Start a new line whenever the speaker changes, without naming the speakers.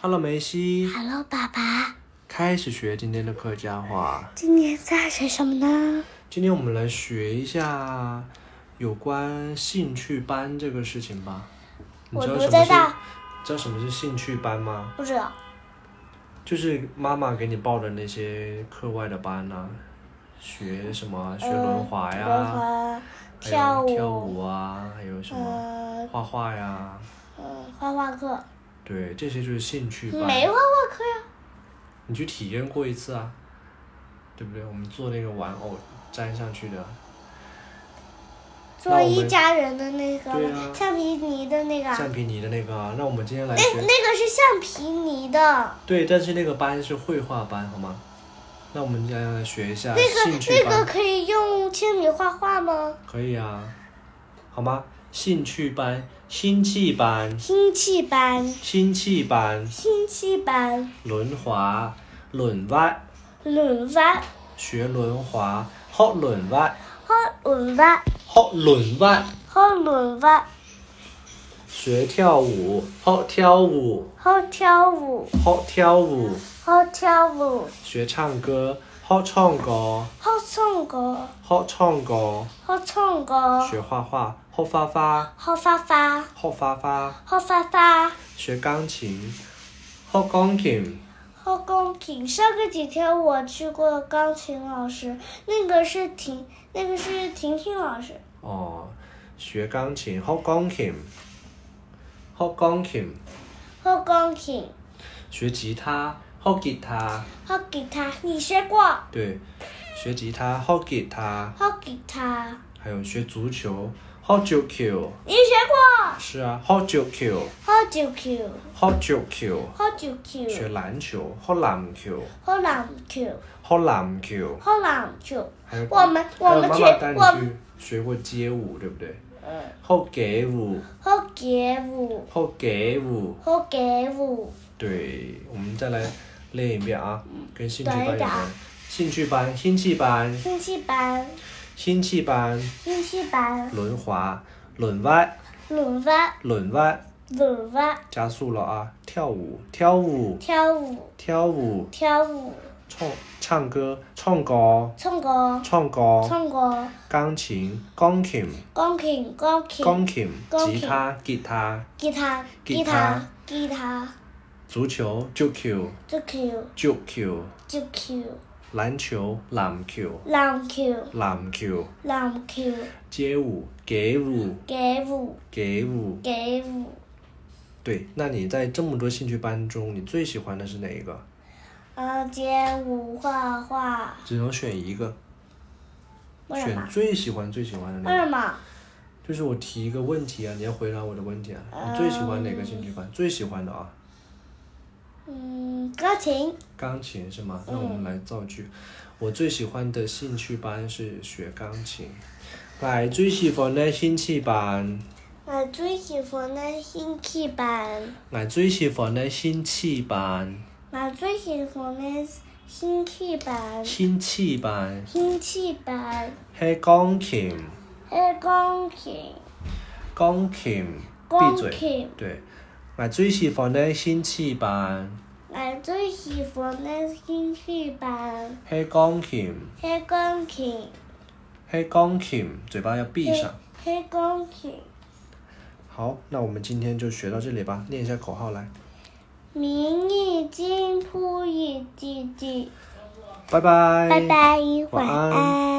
Hello，梅西，
Hello，爸爸，
开始学今天的客家话。
今年在学什么呢？
哎今天我们来学一下有关兴趣班这个事情吧。你
我
知道
不
什
知
么是啊
道？
知道什么是兴趣班吗？
不知道。
就是妈妈给你报的那些课外的班呐、学什么啊学轮滑呀、
呃
还有
跳舞，
跳舞啊，还有什么
呃，
画画呀，
嗯，画画课。
对，这些就是兴趣班。
没画画课呀。
你去体验过一次啊，对不对？我们做那个玩偶粘上去的，那
做
我们
一家人的那个
对啊
橡皮泥的那个，
橡皮泥的那个啊。那我们今天来
那
学，啊
那个是橡皮泥的，
对，但是那个班是绘画班，好吗？那我们今天来学一下
那个
兴趣
那
班，
个可以用铅笔画画吗？
可以啊，好吗？兴趣班、兴趣班、
兴趣班，
兴趣班、
兴趣班，
轮滑、轮滑、
轮番，
学轮滑、学轮滑、
画轮番，
学轮滑、
画轮番，
学跳舞、学跳舞、
画跳舞，
学跳舞。
画跳舞，
学唱歌，学唱歌，
画唱歌，
学唱歌，
画唱歌，
学画画，学画画，
画画画，
学画画，
画画画。
学钢琴，学钢琴，
后宫廷上个几天我去过钢琴老师，那个是婷，那个是婷婷老师。
哦，学钢琴，学钢琴，学钢琴，
后宫廷，
学吉他，学吉他，
后吉他，你学过？
对，学吉他，学吉他，
后吉他，
还有学足球，学足球，
你学过？
是啊，学足球，
后九 Q，
学足球，
后九
学
Q，
篮球，学篮球，
后篮球，
学篮球。
后篮球。
还有
我们我
还有
们
妈
去
妈带你
我
去学过街舞，对不对？
嗯，
后街舞，
后街舞，
后街舞，
后街舞，
对，我们再来练一遍啊，跟兴趣班
对
有
的
关。兴趣班、兴趣班、
兴趣班，
兴趣班，
兴趣班，
轮滑、轮歪、
轮番，
轮歪，
轮番，
加速了啊！跳舞、跳舞、
跳舞，
跳舞，
跳舞，
唱唱歌、唱歌、
唱歌。
唱歌，
唱歌、
钢琴、钢琴、
钢琴、钢
钢
琴、
琴，
钢
吉
琴
他、吉他，
吉他、
吉
吉
他
他、吉他、
足球、足球、
足球、
足球。
足球、
篮球、篮球、
篮球、
篮球，
篮球、
街舞、街舞、
街舞、
街舞。
街舞。
对，那你在这么多兴趣班中，你最喜欢的是哪一个？
呃，街舞、画画，
只能选一个，
为什
选
么？
最喜欢最喜欢的
为
那
什
个。
么？
就是我提一个问题啊，你要回答我的问题啊。你最喜欢哪个兴趣
呃
班？最喜欢的啊，
嗯，钢琴、
钢琴是吗？那我
嗯
们来造句。我最喜欢的兴趣班是学钢琴。我最喜欢的兴趣班，
我最呃喜欢的兴趣班，
我最喜欢的兴趣班，
我最喜欢的兴趣班，
兴趣班。
兴趣班
係鋼琴，
是钢琴、
鋼琴，閉
钢
嘴。
琴。
對，我最喜歡的興趣班
我最喜欢的兴趣班
係鋼琴，
是钢琴，
係鋼琴，嘴巴要閉上。
是钢琴。
好，那我們今天就學到這裡吧，念一下口號來，
明日金铺一季季，
拜拜，
拜拜，
晚
晚
安
安。